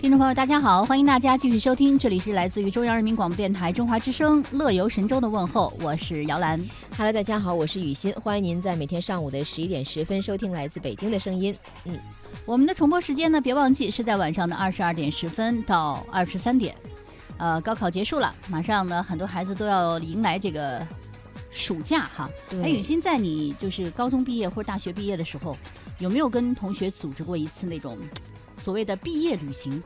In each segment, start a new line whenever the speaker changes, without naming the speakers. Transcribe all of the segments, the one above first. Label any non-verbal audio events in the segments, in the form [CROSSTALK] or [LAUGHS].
听众朋友，大家好，欢迎大家继续收听，这里是来自于中央人民广播电台中华之声《乐游神州》的问候，我是姚兰。
Hello，大家好，我是雨欣，欢迎您在每天上午的十一点十分收听来自北京的声音。嗯，
我们的重播时间呢，别忘记是在晚上的二十二点十分到二十三点。呃，高考结束了，马上呢，很多孩子都要迎来这个暑假哈。
对
哎，雨欣，在你就是高中毕业或者大学毕业的时候，有没有跟同学组织过一次那种所谓的毕业旅行？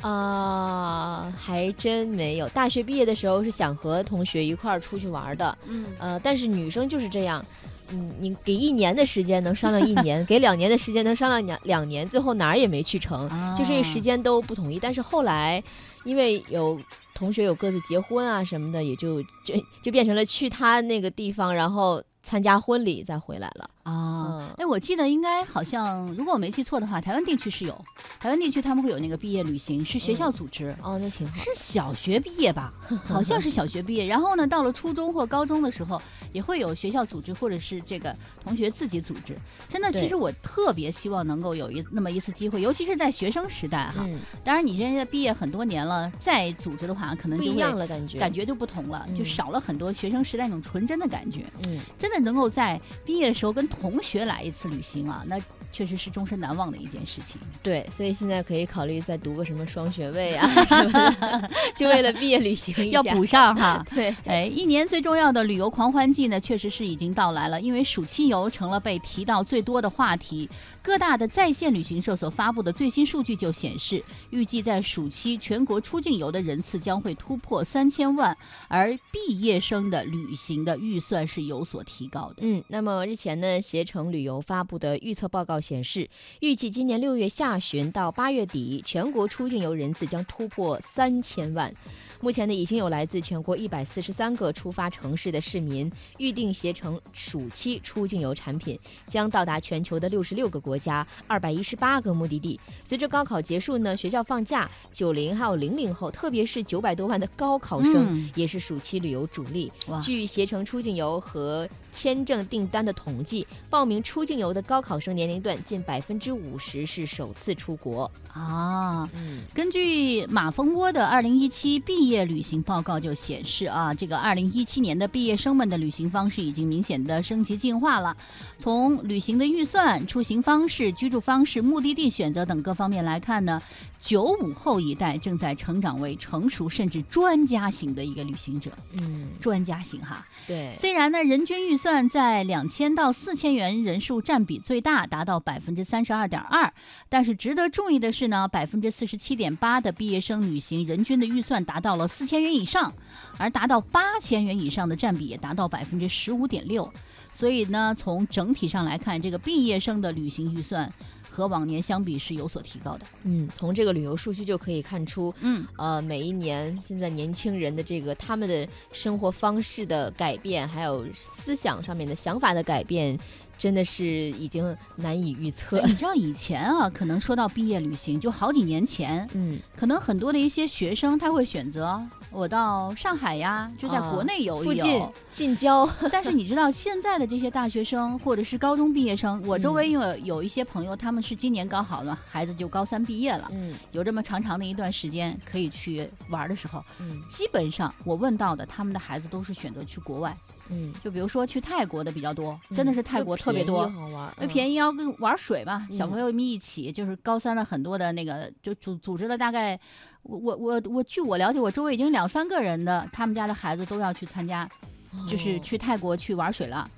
啊、还真没有。大学毕业的时候是想和同学一块儿出去玩的，
嗯，
呃，但是女生就是这样。嗯，你给一年的时间能商量一 [LAUGHS] 年，给两年的时间能商量两两年，最后哪儿也没去成，
啊
就这时间都不统一。但是后来，因为有同学有各自结婚啊什么的，也就就就变成了去他那个地方，然后参加婚礼再回来了。
啊。
嗯
哎，我记得应该好像，如果我没记错的话，台湾地区是有，台湾地区他们会有那个毕业旅行，是学校组织，
哦，那挺好。
是小学毕业吧？好像是小学
[LAUGHS]
毕业。然后呢，到了初中或高中的时候，也会有学校组织，或者是这个同学自己组织。真的，
对
其实我特别希望能够有一那么一次机会，尤其是在学生时代哈。
嗯，
当然，你现在毕业很多年了，再组织的话，可能
不
就
一
会
样了，感觉。
感觉就不同了，就
嗯
少了很多学生时代那种纯真的感觉。
嗯，
真的能够在毕业的时候跟同学来一次旅行啊，那确实是终身难忘的一件事情。
对，所以现在可以考虑再读个什么双学位 [LAUGHS] 啊什么的，就为了毕业旅行一下。。
要补上哈
[LAUGHS] 对，
哎，一年最重要的旅游狂欢季呢，确实是已经到来了。因为暑期游成了被提到最多的话题，各大的在线旅行社所发布的最新数据就显示，预计在暑期全国出境游的人次将会突破三千万，而毕业生的旅行的预算是有所提高的。
嗯，那么日前呢，携程旅游发布的预测报告显示，预计今年六月下旬到八月底，全国出境游人次将突破三千万。目前呢，已经有来自全国一百四十三个出发城市的市民预定携程暑期出境游产品，将到达全球的六十六个国家、二百一十八个目的地。随着高考结束呢，学校放假，九零还有零零后，特别是九百多万的高考生，
嗯
也是暑期旅游主力。
哇
据携程出境游和签证订单的统计，报名出境游的高考生年龄段近百分之五十是首次出国。
啊，
嗯，
根据马蜂窝的2017毕业旅行报告就显示啊，这个2017年的毕业生们的旅行方式已经明显的升级进化了。从旅行的预算、出行方式、居住方式、目的地选择等各方面来看呢，九五后一代正在成长为成熟甚至专家型的一个旅行者，
嗯，
专家型哈。
对，
虽然呢，人均预算在两千到四千元人数占比最大，达到百分之三十二点二，但是值得注意的是呢，百分之四十七点八的毕业生旅行人均的预算达到了四千元以上，而达到八千元以上的占比也达到百分之十五点六。所以呢，从整体上来看，这个毕业生的旅行预算和往年相比是有所提高的。
嗯，从这个旅游数据就可以看出，
嗯，
呃，每一年现在年轻人的这个他们的生活方式的改变，还有思想上面的想法的改变，真的是已经难以预测。
你知道以前啊，可能说到毕业旅行，就好几年前，
[LAUGHS] 嗯，
可能很多的一些学生他会选择我到上海呀，就在
啊
国内游
附
一
近
游。
近郊，
[LAUGHS] 但是你知道现在的这些大学生或者是高中毕业
[LAUGHS]
生，我周
嗯
围有有一些朋友，他们是今年高考了，孩子就高三毕业了，
嗯
有这么长长的一段时间可以去玩的时候，
嗯
基本上我问到的他们的孩子都是选择去国外，
嗯，
就比如说去泰国的比较多，真的是泰国特别多。
好玩，
那便宜要跟玩水嘛，小
嗯
朋友们一起，就是高三的很多的那个，就组组织了大概，我我我我据我了解，我周围已经两三个人的，他们家的孩子都要去参加，
哦
就是去泰国去玩水了，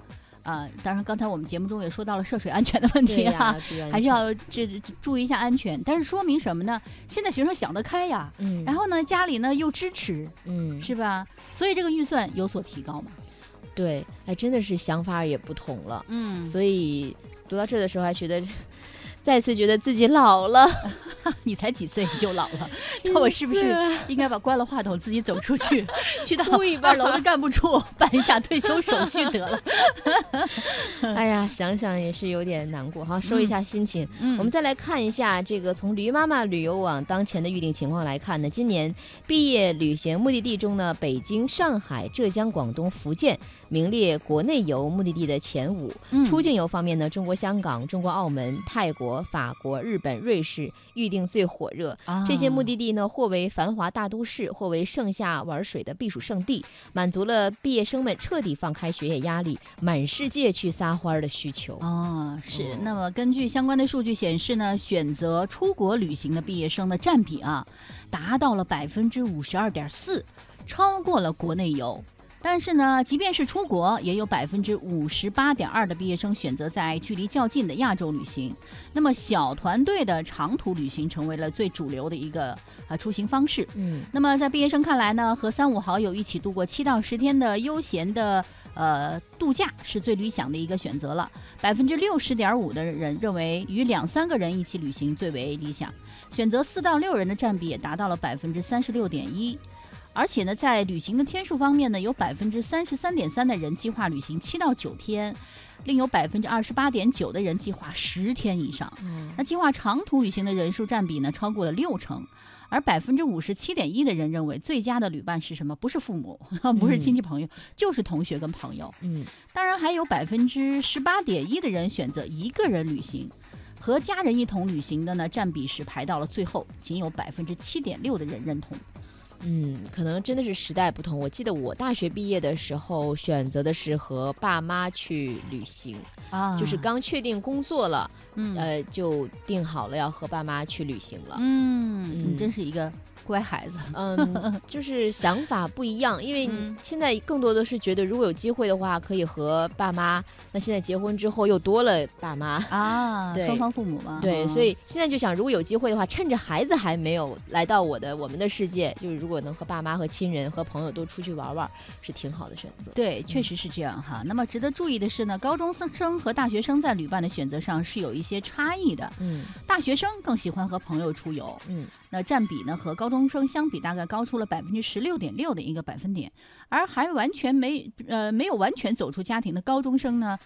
啊，当然刚才我们节目中也说到了涉水安全的问
对
题啊
呀，，注意安
[LAUGHS] 还是
全
要这这注意一下安全。但是说明什么呢？现在学生想得开呀，
嗯，
然后呢，家里呢又支持，
嗯
是吧？所以这个预算有所提高嘛。
对，哎，真的是想法也不同了，
嗯
所以读到这儿的时候还觉得。 [LAUGHS] 再次觉得自己老了，
你才几岁你就老了。看我是不是应该把关了话筒自己走出去，去到
哭一半
二楼的干部处 [LAUGHS] 办一下退休手续得了。
哎呀，想想也是有点难过哈，收一下心情。
嗯
我们再来看一下这个从驴妈妈旅游网当前的预订情况来看呢，今年毕业旅行目的地中呢，北京、上海、浙江、广东、福建名
嗯
列国内游目的地的前五。出境游方面呢，中国香港、中国澳门、泰国、国、法国、日本、瑞士预定最火热。
啊
这些目的地呢，或为繁华大都市，或为盛夏玩水的避暑胜地，满足了毕业生们彻底放开学业压力，满世界去撒欢儿的需求。
哦，是。
嗯
那么根据相关的数据显示呢，选择出国旅行的毕业生的占比啊，达到了百分之五十二点四，超过了国内游。但是呢，即便是出国，也有百分之五十八点二的毕业生选择在距离较近的亚洲旅行。那么小团队的长途旅行成为了最主流的一个呃出行方式。
嗯，
那么在毕业生看来呢，和三五好友一起度过七到十天的悠闲的呃度假是最理想的一个选择了。百分之六十点五的人认为与两三个人一起旅行最为理想，选择四到六人的占比也达到了百分之三十六点一。而且呢，在旅行的天数方面呢，有百分之三十三点三的人计划旅行七到九天，另有百分之二十八点九的人计划十天以上。那计划长途旅行的人数占比呢，超过了六成，而百分之五十七点一的人认为最佳的旅伴是什么？不是父母， [LAUGHS] 不是亲戚朋友，就是同学跟朋友。
嗯，
当然，还有百分之十八点一的人选择一个人旅行。和家人一同旅行的呢，占比是排到了最后，仅有百分之七点六的人认同。
嗯，可能真的是时代不同。我记得我大学毕业的时候，选择的是和爸妈去旅行，
啊
就是刚确定工作了，
嗯
呃，就定好了要和爸妈去旅行了。
嗯，你
嗯
真是一个乖孩子。
嗯，就是想法不一样，因为
嗯
现在更多的是觉得，如果有机会的话，可以和爸妈。那现在结婚之后又多了爸妈，
[LAUGHS] 啊，
对
双方父母嘛，
对，
嗯
所以现在就想，如果有机会的话，趁着孩子还没有来到我的我们的世界，就是如果能和爸妈、和亲人、和朋友都出去玩玩，是挺好的选择。
对，确实是这样哈。那么值得注意的是呢，高中生和大学生在旅伴的选择上是有一些差异的。
嗯
大学生更喜欢和朋友出游，
嗯
那占比呢和高中生相比大概高出了百分之十六点六的一个百分点，而还完全没呃没有完全走出家庭的高中生呢，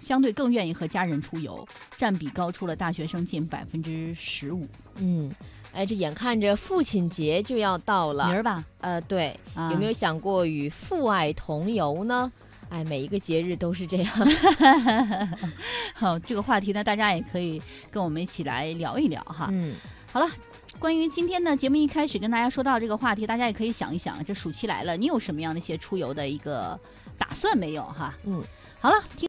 相对更愿意和家人出游，占比高出了大学生近百分之十五。
嗯，哎，这眼看着父亲节就要到
明
了，
儿吧，
呃，对，
啊、
有没有想过与父爱同游呢？哎，每一个节日都是这样。
好这个话题呢？大家也可以跟我们一起来聊一聊哈。
嗯
好了，关于今天呢节目一开始跟大家说到这个话题，大家也可以想一想，这暑期来了，你有什么样的一些出游的一个打算没有哈？
嗯。
好了，听。